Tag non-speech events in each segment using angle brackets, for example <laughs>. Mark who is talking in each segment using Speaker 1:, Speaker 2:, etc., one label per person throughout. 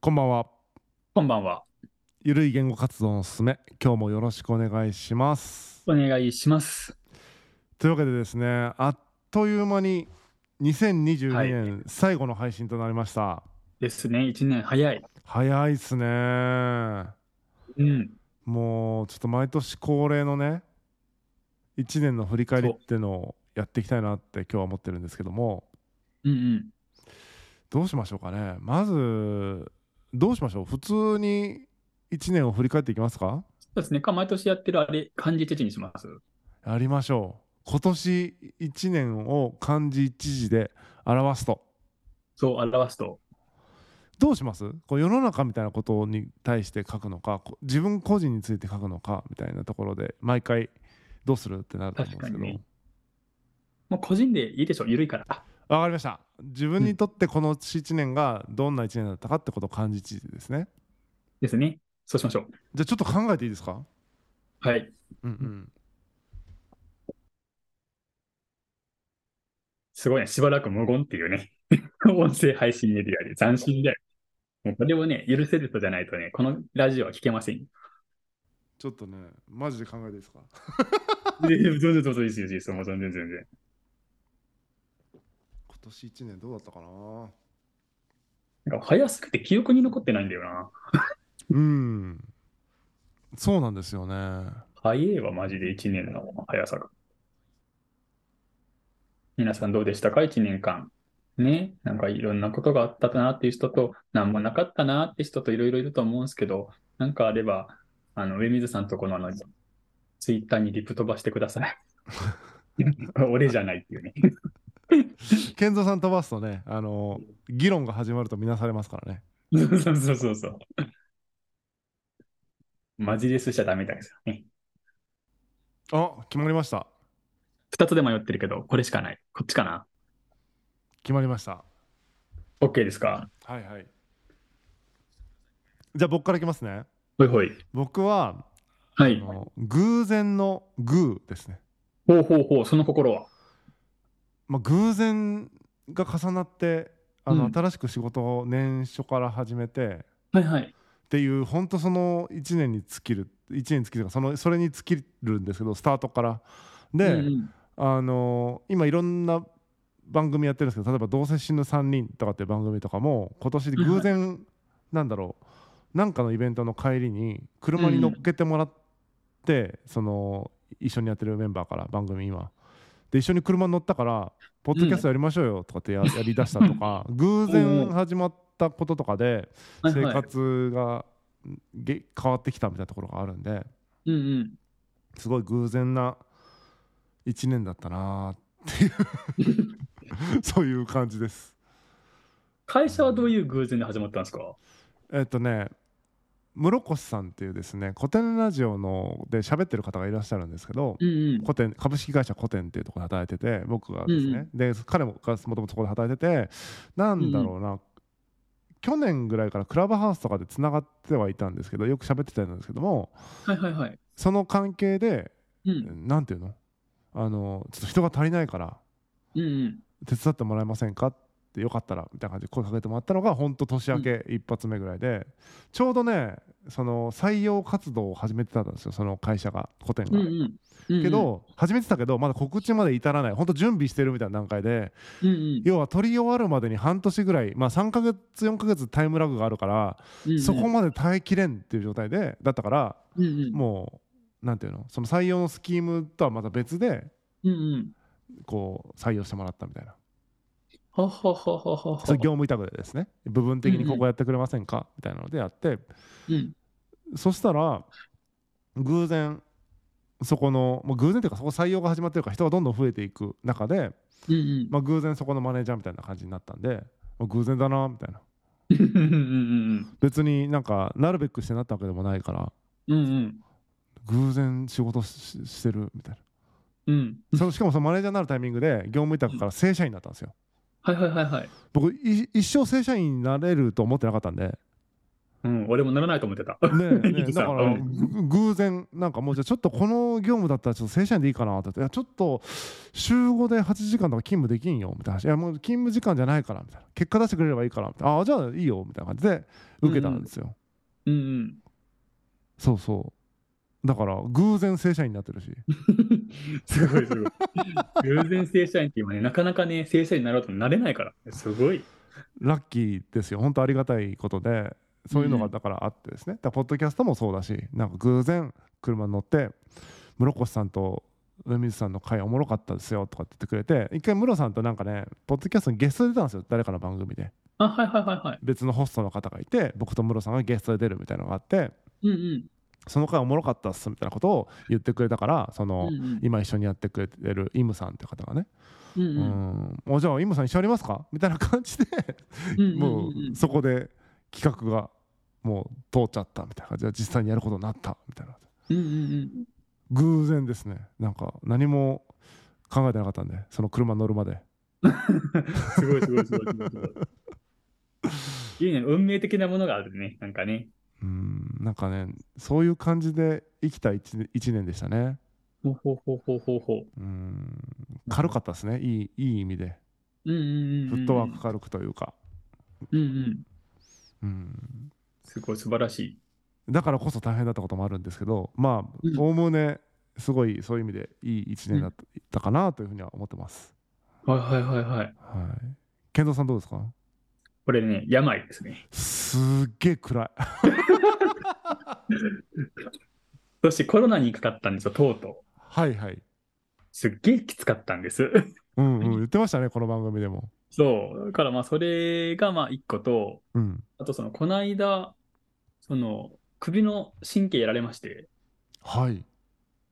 Speaker 1: こんばんは。
Speaker 2: こんばんは。
Speaker 1: ゆるい言語活動のすすめ、今日もよろしくお願いします。
Speaker 2: お願いします。
Speaker 1: というわけでですね、あっという間に2022年最後の配信となりました。
Speaker 2: ですね。一年早い。
Speaker 1: 早いっすね。
Speaker 2: うん。
Speaker 1: もうちょっと毎年恒例のね、1年の振り返りっていうのをやっていきたいなって今日は思ってるんですけども、
Speaker 2: うんうん。
Speaker 1: どうしましょうかね。まず、どうしましょう。普通に1年を振り返っていきますか
Speaker 2: そうですね。か毎年やってるあれ、漢字一にします。
Speaker 1: やりましょう今年1年を漢字1字で表すと
Speaker 2: そう表すと。
Speaker 1: どうしますこう世の中みたいなことに対して書くのかこう自分個人について書くのかみたいなところで毎回どうするってなると思うんですけ
Speaker 2: 確
Speaker 1: ど
Speaker 2: かにねもう個人でいいでしょ。ゆるいから。
Speaker 1: わかりました自分にとってこの1年がどんな1年だったかってことを漢字1字ですね
Speaker 2: ですね。そうしましょう。
Speaker 1: じゃあちょっと考えていいですか
Speaker 2: はい。
Speaker 1: うんうん
Speaker 2: すごいね。しばらく無言っていうね。 <laughs> 音声配信メディアで斬新だよ。もうこれをね、許せる人じゃないとね、このラジオは聞けませんよ。
Speaker 1: ちょっとねマジで考えていいですか
Speaker 2: いやい <laughs> や全然、全然、いいですいいですいいです。もう全然、全然。
Speaker 1: 今年1年どうだったかな
Speaker 2: なんか早すくて記憶に残ってないんだよな。
Speaker 1: うんそうなんですよね
Speaker 2: 早いわ、マジで1年の速さが。皆さんどうでしたか ?1 年間。ね、なんかいろんなことがあったなっていう人と、なんもなかったなって人といろいろいると思うんですけど、なんかあれば、あの、上水さんとこのあの、ツイッターにリプ飛ばしてください。 <laughs> 俺じゃないっていうね。
Speaker 1: 健三さん飛ばすとねあの議論が始まると見なされますからね
Speaker 2: そうそうそうそう。マジレスしちゃダメだけどね。
Speaker 1: あ決まりました
Speaker 2: 2つで迷ってるけど、これしかない。こっちかな
Speaker 1: 決まりました
Speaker 2: ?OK ですか
Speaker 1: はいはいじゃあ僕からいきますね
Speaker 2: ほいほい。
Speaker 1: 僕は
Speaker 2: は
Speaker 1: あ
Speaker 2: い。
Speaker 1: の偶然の「偶」ですね、
Speaker 2: ほうほうほう、その心は。
Speaker 1: まあ、偶然が重なってあの、
Speaker 2: うん
Speaker 1: 新しく仕事を年初から始めて
Speaker 2: はいはい。
Speaker 1: っていう本当その1年に尽きる1年に尽きるというかそのそれに尽きるんですけどスタートからで、
Speaker 2: うんうん
Speaker 1: あの今いろんな番組やってるんですけど例えば「どうせ死ぬ3人」とかっていう番組とかも今年で偶然なんだろうなんかのイベントの帰りに車に乗っけてもらって、その一緒にやってるメンバーから番組今で一緒に車に乗ったから「ポッドキャストやりましょうよ」とかってや,、やりだしたと <laughs> か偶然始まったこととかで
Speaker 2: はい
Speaker 1: 生
Speaker 2: はい
Speaker 1: 活がげ変わってきたみたいなところがあるんで
Speaker 2: うんうん。
Speaker 1: すごい偶然な1年だったなーっていうそう <laughs> いう感じです
Speaker 2: 会社はどういう偶然で始まったんですか
Speaker 1: えっとね室越さんっていうですね古典ラジオので喋ってる方がいらっしゃるんですけど
Speaker 2: うんうん。
Speaker 1: 古典株式会社古典っていうところで働いてて僕がですね、で彼もがもともとそこで働いててなんだろうな、去年ぐらいからクラブハウスとかでつながってはいたんですけどよく喋ってたんですけども
Speaker 2: はいはいはい。
Speaker 1: その関係で
Speaker 2: うん
Speaker 1: なんていうのあのちょっと人が足りないから
Speaker 2: うんうん。
Speaker 1: 手伝ってもらえませんかってよかったらみたいな感じで声かけてもらったのが本当年明け一発目ぐらいで、ちょうどねその採用活動を始めてたんですよその会社が古典
Speaker 2: う
Speaker 1: が。
Speaker 2: んうん。うんうん
Speaker 1: け、ど始めてたけどまだ告知まで至らない本当準備してるみたいな段階で
Speaker 2: うんうん
Speaker 1: 要は取り終わるまでに半年ぐらいまあ3ヶ月4ヶ月タイムラグがあるから、
Speaker 2: うんうん
Speaker 1: そこまで耐えきれんっていう状態でだったから
Speaker 2: うんうん
Speaker 1: もうなんていうのその採用のスキームとはまた別で
Speaker 2: うんうん。
Speaker 1: こう採用してもらったみたいな
Speaker 2: はははははは
Speaker 1: それ業務委託でですね部分的にここやってくれませんかみたいなのでやって
Speaker 2: うん
Speaker 1: そしたら偶然そこのもう偶然というかそこ採用が始まってるから人がどんどん増えていく中で、
Speaker 2: うんうん。
Speaker 1: まあ、偶然そこのマネージャーみたいな感じになったんでまあ偶然だなみたいな
Speaker 2: うんうん
Speaker 1: 別になんかなるべくしてなったわけでもないから
Speaker 2: うん。うん
Speaker 1: 偶然仕事ししてるみたい
Speaker 2: うん。うん。
Speaker 1: なそのしかもそのマネージャーになるタイミングで業務委託から正社員になったんですよ
Speaker 2: はいはいはいはい。
Speaker 1: 僕い一生正社員になれると思ってなかったんで
Speaker 2: うん、俺もならないと思って <laughs> た。
Speaker 1: ねえ
Speaker 2: い
Speaker 1: ね
Speaker 2: いで
Speaker 1: え
Speaker 2: す
Speaker 1: だから
Speaker 2: う
Speaker 1: ぐ偶然なんかもうじゃあちょっとこの業務だったらちょっと正社員でいいかなって言っていやちょっと週5で8時間とか勤務できんよみたいないやもう勤務時間じゃないからみたいな結果出してくれればいいからみたいなああじゃあいいよみたいな感じで受けたんですよ、
Speaker 2: うんうん。
Speaker 1: そうそうだから偶然正社員になってるし
Speaker 2: すごいすごい。偶然正社員って今ね、なかなかね、正社員になろうとなれないから。すごい。
Speaker 1: ラッキーですよ本当ありがたいことでそういうの
Speaker 2: う
Speaker 1: が
Speaker 2: ん
Speaker 1: だからあってですね、だからポッドキャストもそうだしなんか偶然車に乗って室越さんと上水さんの会おもろかったですよとかって言ってくれて一回室さんとなんかねポッドキャストにゲストで出たんですよ誰かの番組で
Speaker 2: あ、はいはいはいは
Speaker 1: 別のホストの方がいて僕と室さんがゲストで出るみたいなのがあって
Speaker 2: い。うんうん。
Speaker 1: その回おもろかったっすみたいなことを言ってくれたからその、
Speaker 2: うんうん
Speaker 1: 今一緒にやってくれてるイムさんって方がね、
Speaker 2: うん
Speaker 1: う
Speaker 2: うん
Speaker 1: ん、おじゃあイムさん一緒にやりますかみたいな感じで
Speaker 2: うん
Speaker 1: も
Speaker 2: うんうん
Speaker 1: うそこで企画がもう通っちゃったみたいな感じで実際にやることになったみたいな
Speaker 2: うんうん
Speaker 1: 偶然ですねなんか何も考えてなかったんでその車乗るまで
Speaker 2: うんすごいすごいすごいすごいすごい。いいね、運命的なものがあるね、なんかね。
Speaker 1: うんなんかねそういう感じで生きた 1, 年でしたね
Speaker 2: ほうほうほうほうほうほう。
Speaker 1: うん軽かったですねいいいい意味で
Speaker 2: うんうんうんう
Speaker 1: フ
Speaker 2: ん。
Speaker 1: ットワーク軽くというか、
Speaker 2: うんうん。
Speaker 1: うん、
Speaker 2: すごい素晴らしい。
Speaker 1: だからこそ大変だったこともあるんですけどまあ
Speaker 2: うん
Speaker 1: おおむねすごいそういう意味でいい1年だった,、かなというふうには思ってます、
Speaker 2: はいはいはいはい。
Speaker 1: はい、健三さんどうですか
Speaker 2: これね、病ですね。
Speaker 1: すっげえ暗い
Speaker 2: そしてコロナにかかったんですよ、とうとう。
Speaker 1: はいはい
Speaker 2: すっげえきつかったんです。 <laughs>
Speaker 1: うんうん言ってましたねこの番組でも
Speaker 2: そう。だからまあ、それがまあ、一個と、
Speaker 1: うん
Speaker 2: あとその、この間、その、首の神経やられまして、
Speaker 1: はい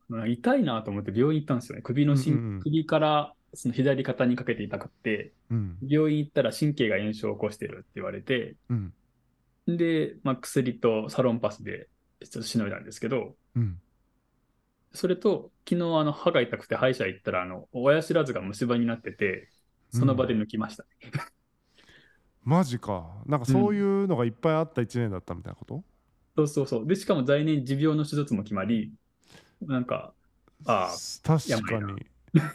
Speaker 2: まあ痛いなと思って病院行ったんですよね。首の神、
Speaker 1: うんうんうん
Speaker 2: 首から、その左肩にかけて痛くって、
Speaker 1: うん
Speaker 2: 病院行ったら神経が炎症を起こしてるって言われて、
Speaker 1: うん
Speaker 2: で、まあ、薬とサロンパスで、ちょっとしのいだんですけど、
Speaker 1: うん
Speaker 2: それと、昨日、あの、歯が痛くて歯医者行ったら、あの、親知らずが虫歯になってて、その場で抜きました。
Speaker 1: マジかなんかそういうのがいっぱいあった1年だったみたいなこと、
Speaker 2: そうそうそう。で、しかも在年持病の手術も決まり、なんか、ああ、
Speaker 1: 確か
Speaker 2: やばい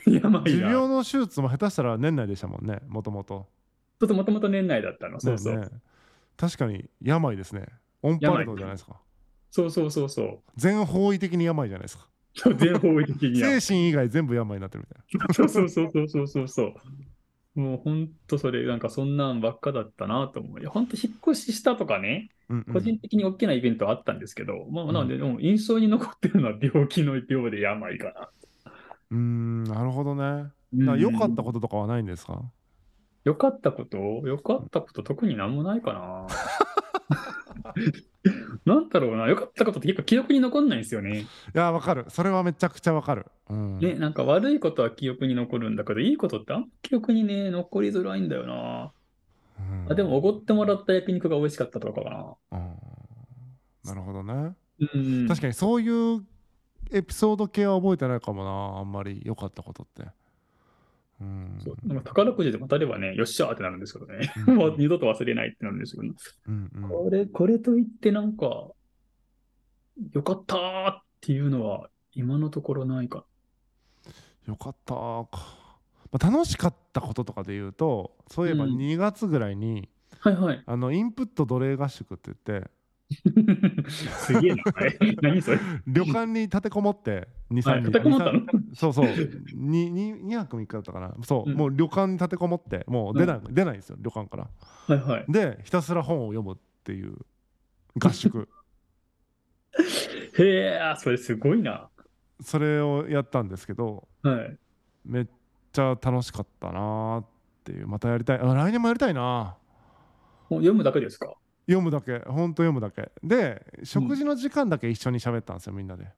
Speaker 1: に
Speaker 2: やばい
Speaker 1: <laughs> 持
Speaker 2: な。ち
Speaker 1: 病
Speaker 2: ょ
Speaker 1: の手術も下手したら年内でしたもんねもともと
Speaker 2: っともともと年内だったの。そうそう。
Speaker 1: ねえ確かに病ですねオンパレードじゃないですか
Speaker 2: そうそうそうそう。
Speaker 1: 全方位的に病じゃないですか
Speaker 2: 全方位的には
Speaker 1: 精。神以外全部病になってるみたい
Speaker 2: そうそうそうそうそうそうそう。もうほんとそれ、なんかそんなんばっかだったなと思う。いやほんと引っ越ししたとかね、
Speaker 1: な、うんうん
Speaker 2: 個人的に大きなイベントはあったんですけど、まあなので、でも印象に残ってるのは病気の病で病かな。
Speaker 1: うーんなるほどね
Speaker 2: うん
Speaker 1: な良かったこととかはないんですか
Speaker 2: よかったことよかったこと特になんもないか
Speaker 1: <laughs>
Speaker 2: な。なんだろうな。よかったことって結構記憶に残んないんですよね。
Speaker 1: いやわかるそれはめちゃくちゃわかる、うん、
Speaker 2: ね、なんか悪いことは記憶に残るんだけど、いいことってあんま記憶にね、残りづらいんだよな。
Speaker 1: うん
Speaker 2: あでも、おごってもらった焼肉が美味しかったとかかな。
Speaker 1: うんなるほどね
Speaker 2: うん。
Speaker 1: 確かにそういうエピソード系は覚えてないかもなあんまり良かったことってうん
Speaker 2: そうなんか宝くじでも当たればね、よっしゃーってなるんですけどね。
Speaker 1: <laughs> うん
Speaker 2: もう二度と忘れないってなるんですけど、
Speaker 1: うんうん
Speaker 2: これ、これといってなんか、よかったーっていうのは今のところないか。
Speaker 1: よかったか、まあ、楽しかったこととかで言うとそういえば
Speaker 2: うん
Speaker 1: 2月ぐらいに、
Speaker 2: はいは
Speaker 1: <laughs>
Speaker 2: い。
Speaker 1: あのインプット奴隷合宿って言って
Speaker 2: すげえな。え <laughs> 何それ。
Speaker 1: 旅館に立てこもって
Speaker 2: はい、
Speaker 1: 23
Speaker 2: 立てこもったの
Speaker 1: そうそう2泊3日だったかなそう、
Speaker 2: うん
Speaker 1: もう旅館に立てこもってもう出ない、出ないんですよ旅館から
Speaker 2: はいはい。
Speaker 1: でひたすら本を読むっていう合 <laughs> 宿
Speaker 2: へえ、あそれすごいな。
Speaker 1: それをやったんですけど
Speaker 2: はい。
Speaker 1: めっちゃ楽しかったなーっていうまたやりたいあ来年もやりたいな
Speaker 2: もう読むだけですか
Speaker 1: 読むだけほんと読むだけで食事の時間だけ一緒に喋ったんですよみんなで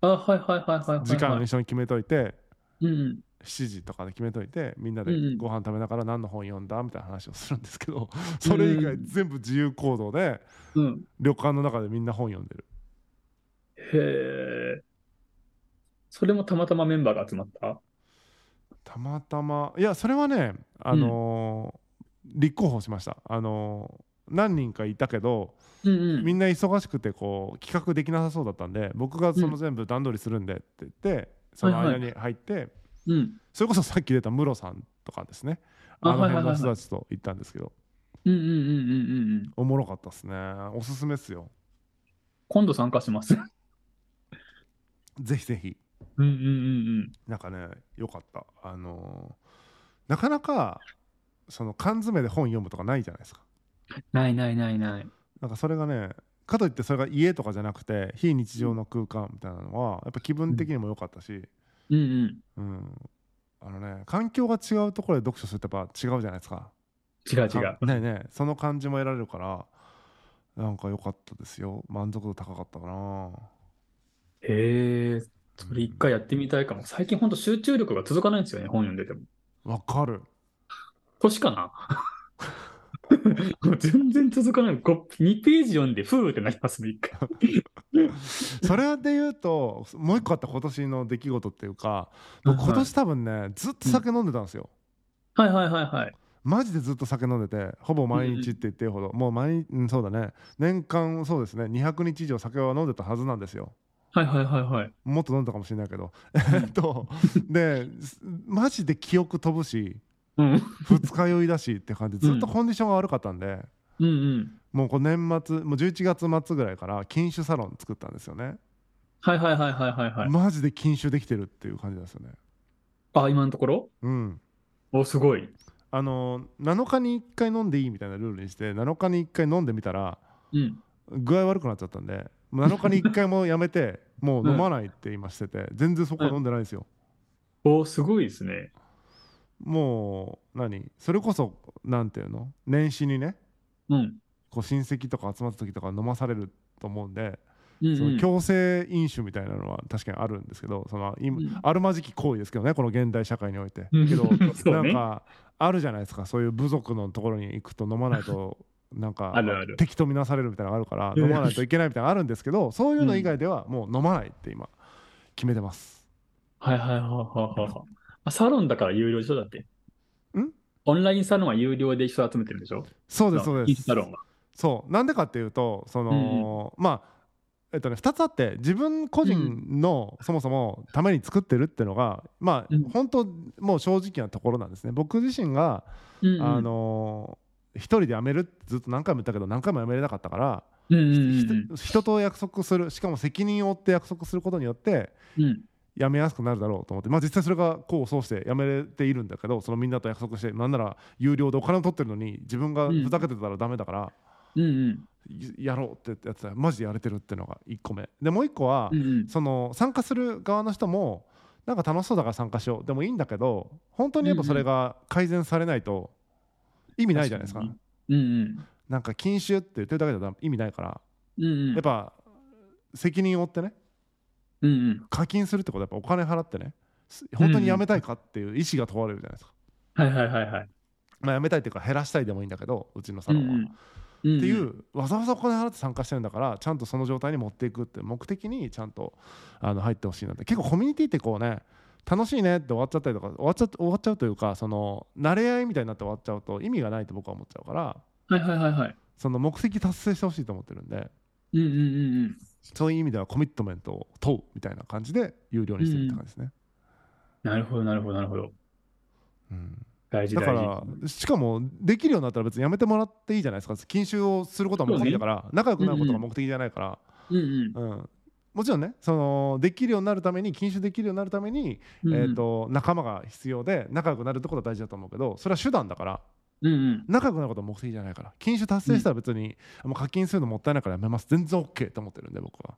Speaker 2: あ、はいはいはいはいはい、はい。
Speaker 1: 時間一緒に決めといて
Speaker 2: うんうん。
Speaker 1: 7時とかで決めといてみんなで
Speaker 2: うんうん
Speaker 1: ご飯食べながら何の本読んだみたいな話をするんですけどそれ以外全部自由行動で
Speaker 2: うん。
Speaker 1: 旅館の中でみんな本読んでる
Speaker 2: へえ。それもたまたまメンバーが集まった
Speaker 1: たまたまいやそれはねあのー立候補しましたあのー何人かいたけど、
Speaker 2: うんうん
Speaker 1: みんな忙しくてこう企画できなさそうだったんで僕がその全部段取りするんでって言ってその間に入って、
Speaker 2: うん
Speaker 1: それこそさっき出たムロさんとかですね
Speaker 2: あ
Speaker 1: あの辺
Speaker 2: はいはい
Speaker 1: の
Speaker 2: は
Speaker 1: 人
Speaker 2: いはい
Speaker 1: たちと行ったんですけど
Speaker 2: うんうんうんうんうんうん。
Speaker 1: おもろかったですねおすすめっすよ
Speaker 2: 今度参加します。うん
Speaker 1: ぜひぜひ
Speaker 2: うんうん
Speaker 1: なんかねよかったあのーなかなかその缶詰で本読むとかないじゃないですか
Speaker 2: うん。ないないないない。
Speaker 1: なんかそれがねかといってそれが家とかじゃなくて非日常の空間みたいなのはやっぱ気分的にも良かったし、
Speaker 2: うんうん。
Speaker 1: うん、あのね環境が違うところで読書するとやっぱ違うじゃないですか
Speaker 2: 違う違
Speaker 1: か
Speaker 2: う。
Speaker 1: ねえねえその感じも得られるからなんか良かったですよ満足度高かったかな
Speaker 2: へえ、それ一回やってみたいかも。最近ほんと集中力が続かないんですよね、本読んでても。
Speaker 1: わかる
Speaker 2: 年か <laughs> なもう全然続かない。こう2ページ読んで、ふーってなりますね、一回。
Speaker 1: それで言うともう一個あった今年の出来事っていうか僕今年多分ねずっと酒飲んでたんですよ、
Speaker 2: はいはいはいはい。
Speaker 1: マジでずっと酒飲んでてほぼ毎日って言っていいほど、もう毎日、うん、そうだね年間そうですね200日以上酒は飲んでたはずなんですよ
Speaker 2: はいはいはいはい。
Speaker 1: もっと飲んだかもしれないけどえっとですマジで記憶飛ぶし
Speaker 2: うん。
Speaker 1: 二日酔いだしって感じでずっと
Speaker 2: うん
Speaker 1: コンディションが悪かったんで、
Speaker 2: うんうん。
Speaker 1: もうこう年末もう11月末ぐらいから禁酒サロン作ったんですよね、
Speaker 2: はいはいはいはいはいはい。
Speaker 1: マジで禁酒できてるっていう感じなんですよね
Speaker 2: あ、今のところ
Speaker 1: うん
Speaker 2: お、すごい。
Speaker 1: あの7日に1回飲んでいいみたいなルールにして7日に1回飲んでみたら
Speaker 2: うん。
Speaker 1: 具合悪くなっちゃったんでもう7日に1回もやめて
Speaker 2: <laughs>
Speaker 1: もう飲まないって今してて全然そこは飲んでないですよ、
Speaker 2: お、すごいですね。
Speaker 1: もう何それこそなんていうの年始にね
Speaker 2: うん。
Speaker 1: こう親戚とか集まった時とか飲まされると思うんで、
Speaker 2: うんうん
Speaker 1: その強制飲酒みたいなのは確かにあるんですけどその今、
Speaker 2: うん
Speaker 1: あるまじき行為ですけどねこの現代社会において
Speaker 2: うん
Speaker 1: けど、
Speaker 2: <laughs> そう
Speaker 1: な
Speaker 2: ね
Speaker 1: んかあるじゃないですかそういう部族のところに行くと飲まないと <laughs> なんか
Speaker 2: あるある
Speaker 1: 敵と見なされるみたいなのがあるから
Speaker 2: うん
Speaker 1: 飲まないといけないみたいなのがあるんですけ
Speaker 2: <laughs>
Speaker 1: どそういうの以外ではもう飲まないって今決めてます
Speaker 2: はいはいはいはいはいはい。あサロンだから有料でしょだって。
Speaker 1: ん
Speaker 2: オンラインサロンは有料で人集めてるんでしょ
Speaker 1: そうですそう
Speaker 2: イ
Speaker 1: で
Speaker 2: ンス
Speaker 1: す
Speaker 2: サロンは。
Speaker 1: そうなんでかっていうとその、まあえっとね、2つあって自分個人のそもそもために作ってるっていうのが、まあ
Speaker 2: うん
Speaker 1: 本当もう正直なところなんですね僕自身が、
Speaker 2: うんうん
Speaker 1: あのー一人で辞めるってずっと何回も言ったけど何回も辞めれなかったから、
Speaker 2: うんうん
Speaker 1: ひと人と約束するしかも責任を負って約束することによって
Speaker 2: うんうん。
Speaker 1: 辞めやすくなるだろうと思って、まあ、実際それが功を奏して辞めれているんだけどそのみんなと約束してなんなら有料でお金を取ってるのに自分がふざけてたらダメだから、
Speaker 2: うんうん。
Speaker 1: いやろうってやつはマジでやれてるっていうのが1個目でもう1個は、
Speaker 2: うんうん。
Speaker 1: その参加する側の人もなんか楽しそうだから参加しようでもいいんだけど本当にやっぱそれが改善されないと意味ないじゃないですか
Speaker 2: 確かにうん
Speaker 1: なんか禁酒って言ってるだけじゃ意味ないから
Speaker 2: うん。うんうん。
Speaker 1: やっぱ責任を負ってね
Speaker 2: うんうん。
Speaker 1: 課金するってことはやっぱお金払ってねす本当にやめたいかっていう意思が問われるじゃないですか、
Speaker 2: はいはいはいはい。
Speaker 1: まあ、やめたいっていうか減らしたいでもいいんだけどうちのサロンは、
Speaker 2: うんう
Speaker 1: っ
Speaker 2: んうんうん
Speaker 1: ていうわざわざお金払って参加してるんだからちゃんとその状態に持っていくっていう目的にちゃんとあの入ってほしいなって結構コミュニティってこうね楽しいねって終わっちゃったりとか終わっちゃ終わっちゃうというかその慣れ合いみたいになって終わっちゃうと意味がないと僕は思っちゃうから
Speaker 2: はいはいはいはい。
Speaker 1: その目的達成してほしいと思ってるんで
Speaker 2: うんうんうんうん。
Speaker 1: そういう意味ではコミットメントを問うみたいな感じで有料にしてるって感じですね。
Speaker 2: なるほどなるほどなるほど。
Speaker 1: うん
Speaker 2: 大事
Speaker 1: だ
Speaker 2: 大
Speaker 1: か
Speaker 2: 事。
Speaker 1: らしかもできるようになったら別にやめてもらっていいじゃないですか禁酒をすることは目的だから、仲良くなることが目的じゃないから、
Speaker 2: うんうん
Speaker 1: うんもちろんねそのできるようになるために禁酒できるようになるために、
Speaker 2: うんうん。
Speaker 1: えー、と仲間が必要で仲良くなるってことは大事だと思うけどそれは手段だから
Speaker 2: うんうん。
Speaker 1: 仲良くなることは目的じゃないから禁酒達成したら別に、もう課金するのもったいないからやめます全然 OK と思ってるんで僕は。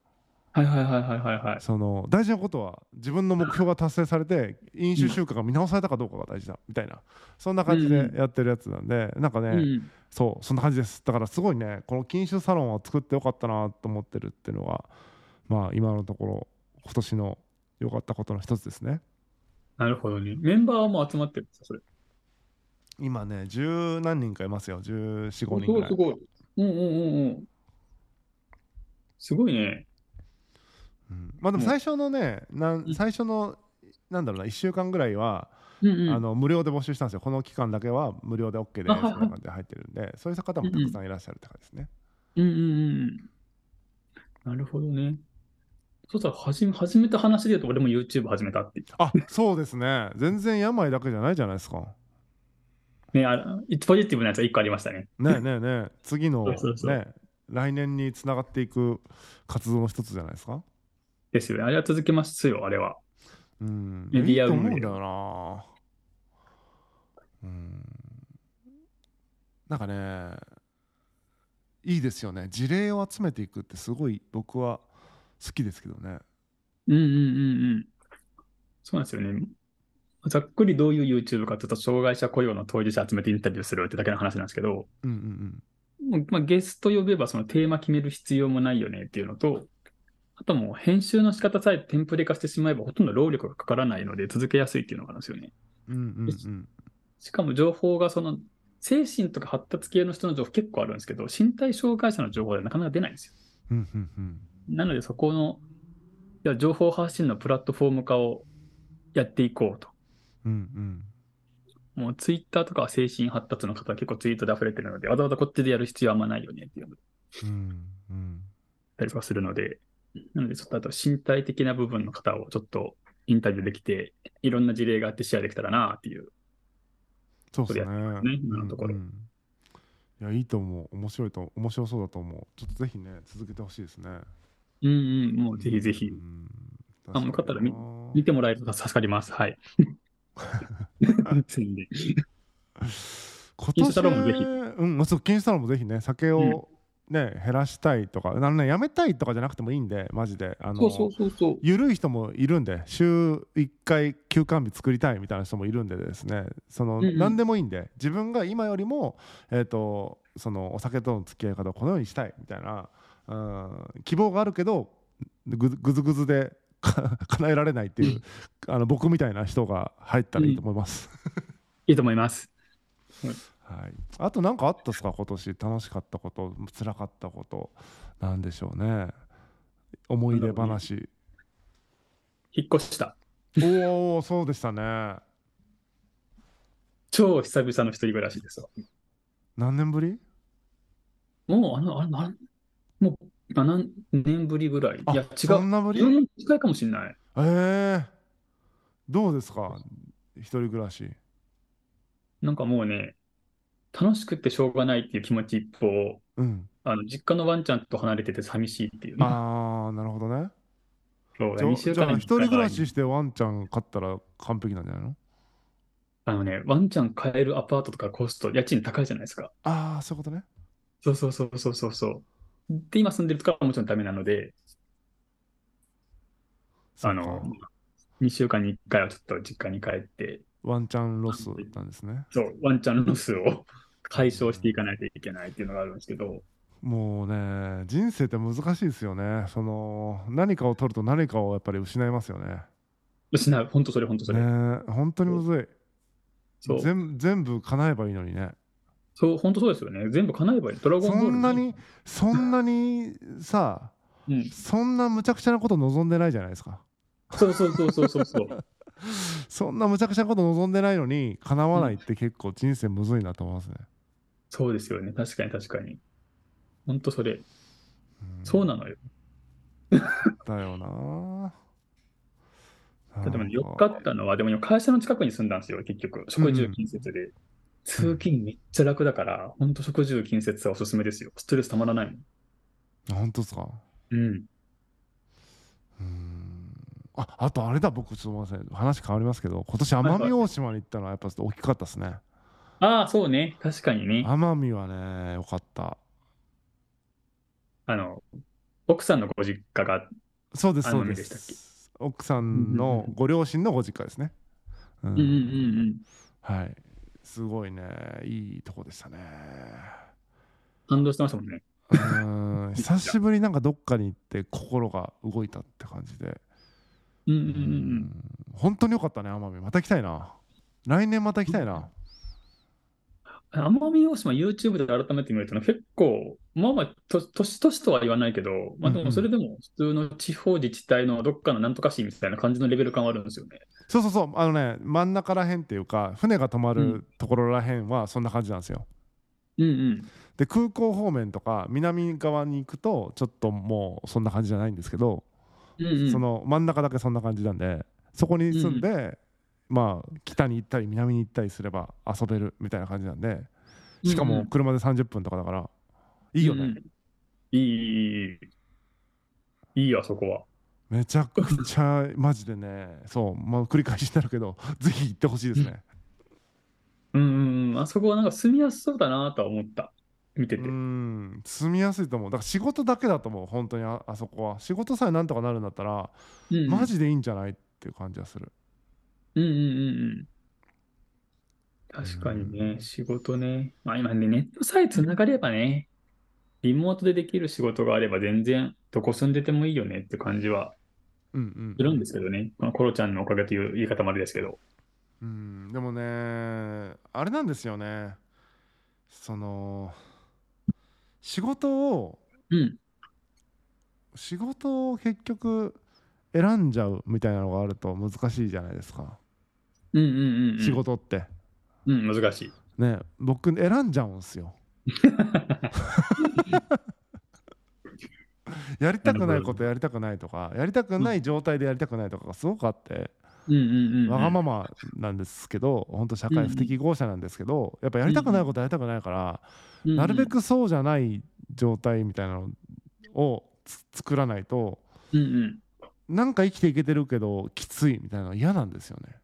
Speaker 2: はいはいはいはいはいはい。
Speaker 1: その大事なことは自分の目標が達成されて飲酒習慣が見直されたかどうかが大事だみたいなそんな感じ
Speaker 2: うん
Speaker 1: で
Speaker 2: うん
Speaker 1: やってるやつなんでなんかね、
Speaker 2: うんうん。
Speaker 1: そうそんな感じですだからすごいねこの禁酒サロンは作ってよかったなと思ってるっていうのがまあ今のところ今年の良かったことの一つですね
Speaker 2: なるほどね。メンバーも集まってるんですかそれ。
Speaker 1: 今ね十何人かいますよ1 4五
Speaker 2: おす
Speaker 1: 人
Speaker 2: ご
Speaker 1: ぐ
Speaker 2: い
Speaker 1: らい
Speaker 2: すごい。うんうんうんうん。すごいね。
Speaker 1: うんまあでも最初のねなん
Speaker 2: うん
Speaker 1: 最初のなんだろうな1週間ぐらいは
Speaker 2: うんうん
Speaker 1: あの無料で募集したんですよこの期間だけは無料で OK ですみ
Speaker 2: あ
Speaker 1: たい
Speaker 2: はいはい
Speaker 1: な感じで入ってるんでそういう方もたくさんいらっしゃるって感じですね、
Speaker 2: うんうんうんうん。なるほどね。そうしたら始め、始めた話で言うと、俺も YouTube 始めたっていう。
Speaker 1: あそうですね全然病だけじゃないじゃないですか
Speaker 2: ね、あらポジティブなやつが1個ありましたね。
Speaker 1: ねえねえねえ次の
Speaker 2: そうそうそう
Speaker 1: ね来年につながっていく活動の一つじゃないですか
Speaker 2: ですよね。あれは続けますよ、あれは。
Speaker 1: うん
Speaker 2: メディア
Speaker 1: いいと思
Speaker 2: 運
Speaker 1: う
Speaker 2: 営
Speaker 1: んだよなうんなんかねいいですよね事例を集めていくってすごい僕は好きですけどね
Speaker 2: うんうんうんうん。そうなんですよね。ざっくりどういう YouTube かっていうと、障害者雇用の当事者集めてインタビューするってだけの話なんですけど、
Speaker 1: うんうんうん
Speaker 2: もうまあ、ゲスト呼べばそのテーマ決める必要もないよねっていうのと、あともう編集の仕方さえテンプレ化してしまえばほとんど労力がかからないので続けやすいっていうのがあるんですよね。
Speaker 1: うんうんうん
Speaker 2: しかも情報がその精神とか発達系の人の情報結構あるんですけど、身体障害者の情報ではなかなか出ないんですよ。
Speaker 1: うんうんうん
Speaker 2: なのでそこの、いや情報発信のプラットフォーム化をやっていこうと。
Speaker 1: うん
Speaker 2: もうツイッターとかは精神発達の方は結構ツイートで溢れてるので、わざわざこっちでやる必要はあんまないよねっていうのだっ
Speaker 1: うんうんうん
Speaker 2: たりとかするので、なのでちょっとあと身体的な部分の方をちょっとインタビューできて、いろんな事例があってシェアできたらなっていう。
Speaker 1: そうですね
Speaker 2: ね今のところ
Speaker 1: うんうんいやいいと思う面白いと面白そうだと思うちょっとぜひね続けてほしいですね
Speaker 2: うんうん、もうぜひぜひ
Speaker 1: うん
Speaker 2: あよかったらみ
Speaker 1: 確にな
Speaker 2: 見てもらえると助かります。 <laughs> はい。
Speaker 1: 今
Speaker 2: 宣伝禁
Speaker 1: 年
Speaker 2: 止サロンもぜひ
Speaker 1: うん、そう禁止サロンもぜひね酒をね、減らしたいとかあのねやめたいとかじゃなくてもいいんでマジであの
Speaker 2: そうそうそうそう。
Speaker 1: 緩い人もいるんで週1回休館日作りたいみたいな人もいるんでですねその、
Speaker 2: うんうん
Speaker 1: 何でもいいんで自分が今よりも、えー、とそのお酒との付き合い方をこのようにしたいみたいな、うん、希望があるけどぐずぐずぐずで <laughs> か叶えられないっていう、あの僕みたいな人が入ったらいいと思います。
Speaker 2: いいと思います。
Speaker 1: <laughs> はい、あと何かあったですか今年楽しかったこと辛かったことなんでしょうね思い出話
Speaker 2: 引っ越した。
Speaker 1: おおそうでしたね
Speaker 2: 超久々の一人暮らしですわ。
Speaker 1: 何年ぶり
Speaker 2: もう、あの、あれ、なんもう、今何年ぶりぐらい。い
Speaker 1: あ
Speaker 2: や、違う。
Speaker 1: そんなぶり
Speaker 2: 自分も近いかもしれない。
Speaker 1: えー、どうですか一人暮らし
Speaker 2: なんかもうね、楽しくてしょうがないっていう気持ち一方、
Speaker 1: うん
Speaker 2: あの、実家のワンちゃんと離れてて寂しいっていうね。
Speaker 1: ああなるほどね
Speaker 2: そう
Speaker 1: じゃ
Speaker 2: 2週
Speaker 1: じゃ
Speaker 2: 間
Speaker 1: あ
Speaker 2: に
Speaker 1: 一
Speaker 2: 1回
Speaker 1: 人暮らししてワンちゃん飼ったら完璧なんじゃないの
Speaker 2: あのね、ワンちゃん飼えるアパートとかコスト、家賃高いじゃないですか。
Speaker 1: ああそういうことね
Speaker 2: そうそうそうそうそうそう。で、今住んでるとかはもちろんダメなので、
Speaker 1: そ
Speaker 2: あ
Speaker 1: っか
Speaker 2: の、2週間に1回はちょっと実家に帰って、
Speaker 1: ワンちゃんロスなんですね
Speaker 2: そう、ワンちゃんの数
Speaker 1: <laughs>
Speaker 2: を解消していかないといけないっていうのがあるんですけど、
Speaker 1: もうね人生って難しいですよねその何かを取ると何かをやっぱり失いますよね
Speaker 2: 失う、本当それ、本当そ
Speaker 1: ね
Speaker 2: れ。
Speaker 1: え本当にむず
Speaker 2: そ、
Speaker 1: いう全全部叶えばいいのにね
Speaker 2: そう、本当そうですよね。全部叶えばいい。ドラゴン
Speaker 1: そ
Speaker 2: ボール
Speaker 1: んなにそんなにさ
Speaker 2: うん。
Speaker 1: そんなむちゃくちゃなこと望んでないじゃないですか
Speaker 2: そうそうそうそうそうそう。
Speaker 1: そんなむちゃくちゃなこと望んでないのに叶わないって結構人生むずいなと思いますね、
Speaker 2: そうですよね。確かに確かに。本当それ。
Speaker 1: ん
Speaker 2: そうなのよ。
Speaker 1: だよな
Speaker 2: 例えばね、よ
Speaker 1: なん
Speaker 2: かったのは、でも会社の近くに住んだんですよ、結局。食住近接で。通勤めっちゃ楽だから、本当食住近接はおすすめですよ。ストレスたまらないもん。
Speaker 1: 本当ですか
Speaker 2: うん。
Speaker 1: うんああとあれだ僕すみません話変わりますけど今年奄美大島に行ったのはやっぱ大きかったですね
Speaker 2: ああ、そうね。確かにね。
Speaker 1: 奄美はねよかった
Speaker 2: あの、奥さんのご実家が、
Speaker 1: そうですそう
Speaker 2: 奄美
Speaker 1: で
Speaker 2: でしたっけ
Speaker 1: す奥さんのご両親のご実家ですねうん
Speaker 2: うんうんうんうん。
Speaker 1: はいすごいねいいとこでしたね
Speaker 2: 感動してましたもんね。
Speaker 1: うーん久しぶりになんかどっかに行って心が動いたって感じで、
Speaker 2: うんう
Speaker 1: うん
Speaker 2: うん
Speaker 1: 本当に良かったね奄美また来たいな来年また行きたいな
Speaker 2: 奄美大島 YouTube で改めて見るとね、結構、まあまあ、と年々とは言わないけど、まあで
Speaker 1: うんう
Speaker 2: も
Speaker 1: ん
Speaker 2: それでも普通の地方自治体のどっかのなんとか市みたいな感じのレベル感はあるんですよね。
Speaker 1: そうそうそうあのね真ん中らへんっていうか船が止ま
Speaker 2: う
Speaker 1: るところらへんはそんな感じなんですよ。
Speaker 2: うんうん。
Speaker 1: で空港方面とか南側に行くとちょっともうそんな感じじゃないんですけど、
Speaker 2: うんうん、
Speaker 1: その真ん中だけそんな感じなんでそこに住んで、まあ北に行ったり南に行ったりすれば遊べるみたいな感じなんでしか
Speaker 2: うんう
Speaker 1: も
Speaker 2: ん
Speaker 1: 車で30分とかだからいいよね、
Speaker 2: うんうん。いい、いい、いい。いいよ、あそこは。
Speaker 1: めちゃくちゃマジでねそうまあ繰り返しになるけど <laughs> ぜひ行ってほしいですね
Speaker 2: うんうんうん、あそこはなんか住みやすそうだなとは思った。見て
Speaker 1: う
Speaker 2: て。
Speaker 1: ん住みやすいと思うだから仕事だけだと思う本当にああそこは仕事さえなんとかなるんだったら
Speaker 2: うんうん
Speaker 1: マジでいいんじゃないっていう感じはする
Speaker 2: うんうんうんうん。確かにね、仕事ね。まあ今ね、ネットさえつながればね、リモートでできる仕事があれば全然どこ住んでてもいいよねって感じは
Speaker 1: うん
Speaker 2: す
Speaker 1: うん
Speaker 2: るんですけどね。このコロちゃんのおかげという言い方もあれですけど。
Speaker 1: うんでもねあれなんですよねその仕事を
Speaker 2: うん。
Speaker 1: 仕事を結局選んじゃうみたいなのがあると難しいじゃないですか
Speaker 2: うんうんうんうん。
Speaker 1: 仕。事って
Speaker 2: うん、難しい。
Speaker 1: ね僕選んじゃうんす
Speaker 2: <laughs>
Speaker 1: よやりたくないことやりたくないとかやりたくない状態でやりたくないとかがすごくあって
Speaker 2: うんうんうんうん。
Speaker 1: わがままなんですけど本当社会不適合者なんですけどやっぱやりたくないことやりたくないから
Speaker 2: うんうん
Speaker 1: なるべくそうじゃない状態みたいなのをつ作らないと
Speaker 2: うんうん。
Speaker 1: なんか生きていけてるけどきついみたいなのが嫌なんですよね。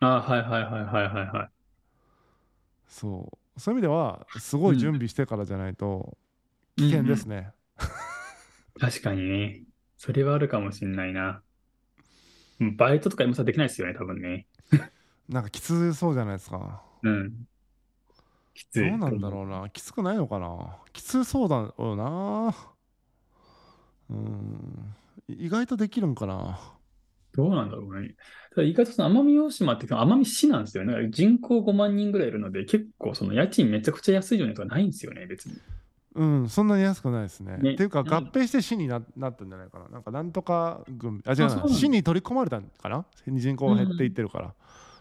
Speaker 2: あーはいはいはいはいはいはい。
Speaker 1: そうそういう意味ではすごい準備してからじゃないと危険ですね。
Speaker 2: 確かにね。それはあるかもしんないな。うんバイトとか今さできないですよね、多分ね。
Speaker 1: なんかきつそうじゃないですか。
Speaker 2: うん。きつ
Speaker 1: どう
Speaker 2: い。
Speaker 1: なんだろうなきつくないのかなきつそうだろうなうん意外とできるんかな
Speaker 2: どうなんだろうね。ただ意外とその奄美大島っていうか奄美市なんですよね。だから人口5万人ぐらいいるので、結構その家賃めちゃくちゃ安いよねとかないんですよね、別に。
Speaker 1: うんそんなに安くないですね。
Speaker 2: ね
Speaker 1: っていうか
Speaker 2: うん
Speaker 1: 合併して市にななったんじゃないかななんかなんとか軍あ違う
Speaker 2: あそうな
Speaker 1: なん
Speaker 2: だ
Speaker 1: 市に取り込まれたんかな人口が減っていってるから、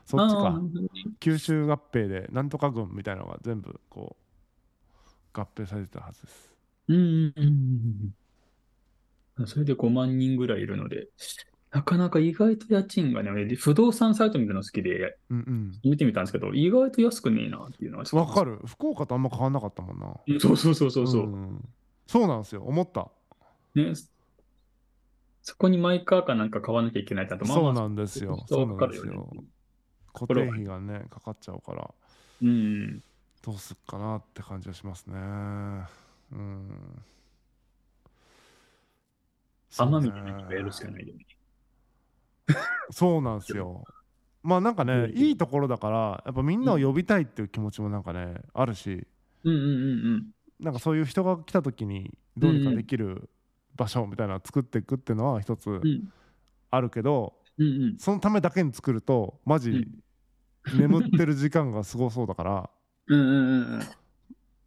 Speaker 1: そっち
Speaker 2: ああ
Speaker 1: か
Speaker 2: 本当に
Speaker 1: 九州合併でなんとか軍みたいなのが全部こう合併されてたはずです。
Speaker 2: うんうんうんうんうん。それで5万人ぐらいいるので、なかなか意外と家賃がね、俺不動産サイト見るの好きで
Speaker 1: うん
Speaker 2: 見てみたんですけど、意外と安くねえなっていうのはち
Speaker 1: うん、
Speaker 2: ょっ
Speaker 1: わ
Speaker 2: と
Speaker 1: かる福岡とあんま変わんなかったもんな。
Speaker 2: うんそうそうそうそうそう。
Speaker 1: んそうなんですよ思った
Speaker 2: ね、そそこにマイカーかなんか買わなきゃいけないってなと、まあま
Speaker 1: そ
Speaker 2: あ
Speaker 1: うなんですよ
Speaker 2: そ
Speaker 1: そううなんです
Speaker 2: わ
Speaker 1: よ
Speaker 2: かるよ
Speaker 1: 固定費がねかかっちゃうから
Speaker 2: うん。
Speaker 1: どうすっかなって感じがしますねうん
Speaker 2: 奄美
Speaker 1: そうね
Speaker 2: のやるしかないよね。
Speaker 1: そうなんですよまあなんかねいいところだからやっぱみんなを呼びたいっていう気持ちもなんかねあるし
Speaker 2: うんうんうん
Speaker 1: なんかそういう人が来た時にどうにかできる場所みたいなのを作っていくっていうのは一つ
Speaker 2: うん。うん
Speaker 1: あるけど
Speaker 2: うんうん。
Speaker 1: そのためだけに作るとマ
Speaker 2: う
Speaker 1: ジ
Speaker 2: ん
Speaker 1: 眠ってる時間がすごそうだから、
Speaker 2: うんうんうんうん。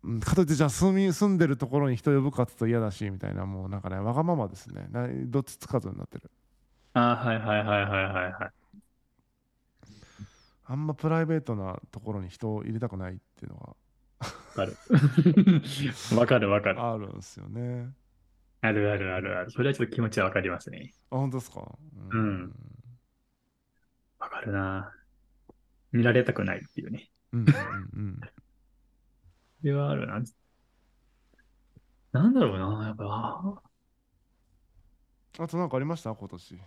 Speaker 1: うん、かといってじゃあ住み住んでるところに人呼ぶかっつうと嫌だしみたいなもうなんかねわがままですねなどっちつかずになってる
Speaker 2: あーはいはいはいはいはいはい。
Speaker 1: あんまプライベートなところに人を入れたくないっていうの
Speaker 2: わかる。 <laughs> わかるわかる。
Speaker 1: があるんですよね
Speaker 2: あるあるあるある。それはちょっと気持ちはわかりますね。
Speaker 1: あ本当ですか
Speaker 2: うん、わかるな。見られたくないっていうね。
Speaker 1: うんうんうん
Speaker 2: それはあるな。なんだろうな、やっぱ。
Speaker 1: うん、あとなんかありました今年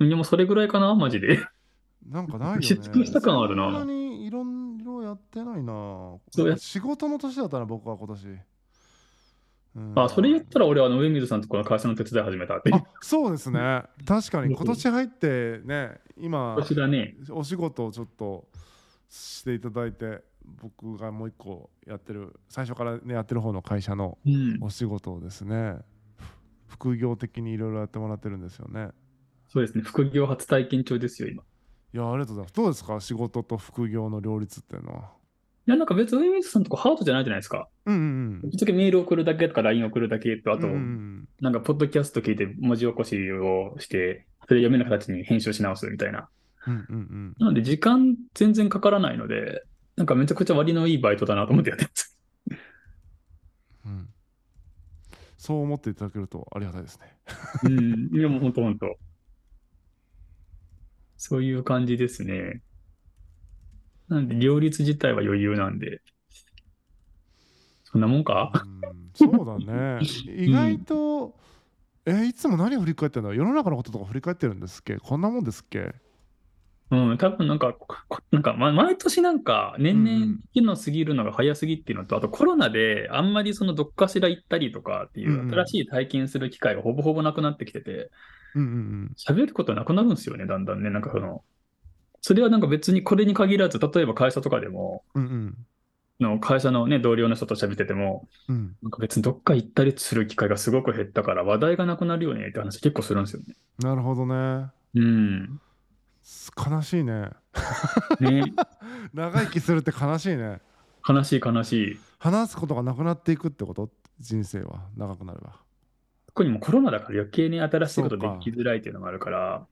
Speaker 2: でもそれぐらいかな、マジで。
Speaker 1: なんか
Speaker 2: <laughs>
Speaker 1: ないよね
Speaker 2: し尽くした感あるな
Speaker 1: そんなにいろいろやってないな
Speaker 2: そうや
Speaker 1: 仕事の年だったな僕は今年、うん
Speaker 2: あ、それ言ったら俺はあの上水さんとこの会社の手伝い始めたって。
Speaker 1: あそうですね確かに
Speaker 2: うん
Speaker 1: 今年入ってね今
Speaker 2: こちらね。
Speaker 1: お仕事をちょっとしていただいて僕がもう一個やってる最初からねやってる方の会社の
Speaker 2: うん。
Speaker 1: お仕事をですね副業的にいろいろやってもらってるんですよね
Speaker 2: そうですね。副業初体験中ですよ、今。
Speaker 1: いやありがとうございますどうですか仕事と副業の両立っていうのは
Speaker 2: や、なんか別に上水さんとこハードじゃないじゃないですか。
Speaker 1: うんうん
Speaker 2: 一時メール送るだけとか LINE 送るだけと、あ
Speaker 1: うんう
Speaker 2: と、
Speaker 1: ん
Speaker 2: なんかポッドキャスト聞いて文字起こしをして、それ読めな形に編集し直すみたいな。
Speaker 1: うんうんうん
Speaker 2: なので時間全然かからないので、なんかめちゃくちゃ割のいいバイトだなと思ってやってます。
Speaker 1: うんそう思っていただけるとありがたいですね
Speaker 2: うん。いやもう本当本当。そういう感じですね。なんで両立自体は余裕なんで。そんなもんか
Speaker 1: うんそうだ <laughs> ね意外と、えーいつも何振り返ってんだ世の中のこととか振り返ってるんですっけこんなもんですっけ
Speaker 2: うん、多分なんか、ここなんか、ま、毎年なんか、年
Speaker 1: うんう
Speaker 2: 々
Speaker 1: ん、
Speaker 2: 期の過ぎるのが早すぎっていうのと、あとコロナで、あんまりそのどっかしら行ったりとかってい
Speaker 1: うんう
Speaker 2: う、
Speaker 1: ん
Speaker 2: 新しい体験する機会がほぼほぼなくなってきてて、
Speaker 1: うんうん
Speaker 2: 喋ることなくなるんですよね、だんだんね。なんかその、それはなんか別にこれに限らず、例えば会社とかでも、
Speaker 1: うんうん
Speaker 2: の会社のね、同僚の人と喋ってても、
Speaker 1: うんうん
Speaker 2: なんか別にどっか行ったりする機会がすごく減ったから、話題がなくなるよねって話結構するんですよね。
Speaker 1: なるほどね
Speaker 2: うん。
Speaker 1: す悲しいね
Speaker 2: ね、
Speaker 1: <laughs> 長生きするって悲しいね
Speaker 2: 悲しい悲しい。
Speaker 1: 話すことがなくなっていくってこと人生は長くなれば
Speaker 2: 特にもうコロナだから余計に新しいこ
Speaker 1: そう
Speaker 2: とで
Speaker 1: か
Speaker 2: きづらいっていうのもあるから、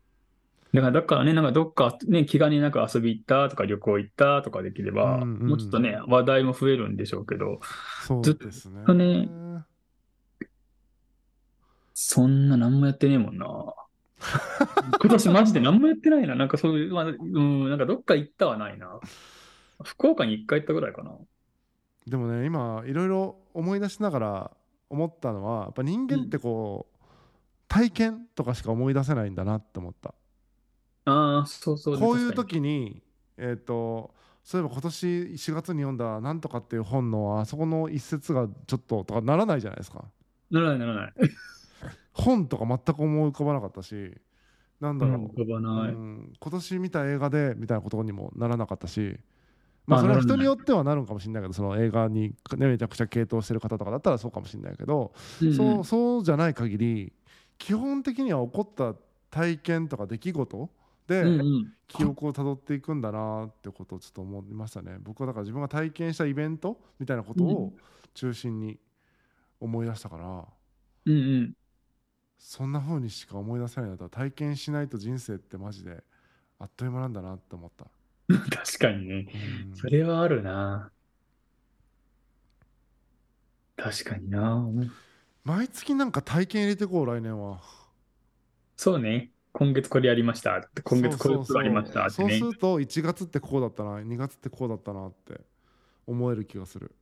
Speaker 2: だから、だからね、なんかどっかね、気兼ねなく遊び行ったとか旅行行ったとかできれ
Speaker 1: う
Speaker 2: ば、
Speaker 1: んうん
Speaker 2: もうちょっとね、話題も増えるんでしょうけど、
Speaker 1: そう
Speaker 2: ずっ
Speaker 1: ですね
Speaker 2: とねそんな何もやってねえもんな。 <laughs> 今年マジで何もやってないな。なんかそういう、まあ、うん、なんかどっか行ったはないな。福岡に一回行ったぐらいかな。
Speaker 1: でもね今いろいろ思い出しながら思ったのはやっぱ人間ってこう、体験とかしか思い出せないんだなって思った
Speaker 2: ああ、そうそう、
Speaker 1: こういう
Speaker 2: 確か
Speaker 1: 時にえっ、とそういえば今年4月に読んだ「なんとか」っていう本のあそこの一節がちょっととかならないじゃないですか
Speaker 2: にならないならない。
Speaker 1: 本とか全く思い浮かばなかったしなんだろう、
Speaker 2: うん飛ばない。
Speaker 1: うん今年見た映画でみたいなことにもならなかったし、まあ、
Speaker 2: まあ
Speaker 1: それは
Speaker 2: なら
Speaker 1: 人
Speaker 2: な
Speaker 1: に
Speaker 2: い
Speaker 1: よってはなるんかもしれないけどその映画に、ね、めちゃくちゃ傾倒してる方とかだったらそうかもしれないけど、
Speaker 2: うん
Speaker 1: そうそうじゃない限り基本的には起こった体験とか出来事で、
Speaker 2: うんうん。
Speaker 1: 記憶をたどっていくんだなってことをちょっと思いましたね僕はだから自分が体験したイベントみたいなことを中心に思い出したから、
Speaker 2: うんうん。 <laughs>
Speaker 1: そんな風にしか思い出せないんだったら体験しないと人生ってマジであっという間なんだなって思った、
Speaker 2: 確かにね。
Speaker 1: うん
Speaker 2: それはあるな。確かにな。
Speaker 1: 毎月なんか体験入れてこう来年は
Speaker 2: そうね。今月これやりました。今月こ
Speaker 1: そう
Speaker 2: れ
Speaker 1: そうそう
Speaker 2: ありましたって
Speaker 1: そう
Speaker 2: ね
Speaker 1: す。ると1月ってこうだったな2月ってこうだったなって思える気がする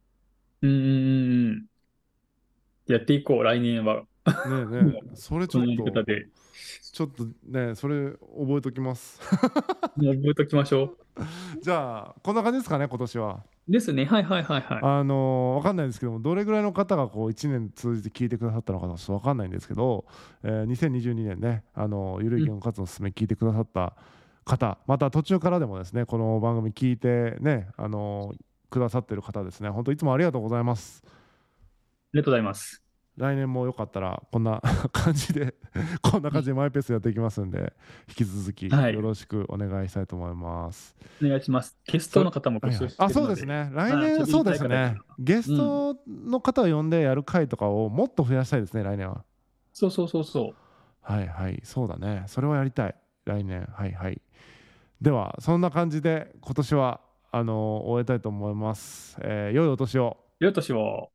Speaker 2: うんうんうん。やっていこう、来年は。
Speaker 1: ねえねえそれち
Speaker 2: そ
Speaker 1: ょっ
Speaker 2: のやり方
Speaker 1: と
Speaker 2: で。
Speaker 1: ちょっとねそれ覚えときます <laughs>
Speaker 2: もう覚えときましょ
Speaker 1: じゃあこんな感じですかね今年は
Speaker 2: う。ですね。はいはいはいはい。
Speaker 1: あのー、わかんないですけどもどれぐらいの方がこう1年通じて聞いてくださったのかちょっとわかんないんですけど、えー2022年ね、あのーゆるい言語活動のすすめ聞いてくださった方また途中からでもですねこの番組聞いてね、あのーくださってる方ですね本当いつもありがとうございます
Speaker 2: ありがとうございます。
Speaker 1: 来年もよかったらこんな感じでこんな感じでマイペースでやっていきますんで引き続き
Speaker 2: はい
Speaker 1: よろしくお願いしたいと思います、
Speaker 2: お願いします。ゲストの方も募集してるので。
Speaker 1: あそうです。ね来
Speaker 2: はいち
Speaker 1: 年
Speaker 2: ょっと
Speaker 1: そうです
Speaker 2: 言いたい
Speaker 1: ね
Speaker 2: 方
Speaker 1: ゲストの方を呼んでやる回とかをもっと増やしたいですね来年は
Speaker 2: そうそうそうそう。
Speaker 1: はいはいそうだねそれはやりたい来年はいはいではそんな感じで今年はあの終えたいと思います、えー良いお年を
Speaker 2: よとしを。